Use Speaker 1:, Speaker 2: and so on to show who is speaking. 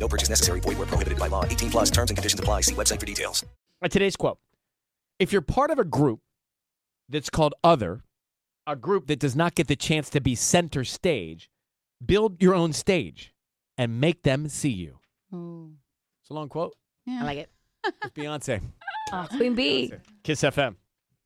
Speaker 1: No purchase necessary. Void where prohibited by law. 18 plus terms and conditions apply. See website for details.
Speaker 2: Uh, Today's quote If you're part of a group that's called Other, a group that does not get the chance to be center stage, build your own stage and make them see you.
Speaker 3: Oh,
Speaker 2: It's a long quote.
Speaker 3: yeah.
Speaker 4: I like it.
Speaker 2: It's Beyonce.
Speaker 4: Oh, Queen Bee.
Speaker 2: Kiss FM.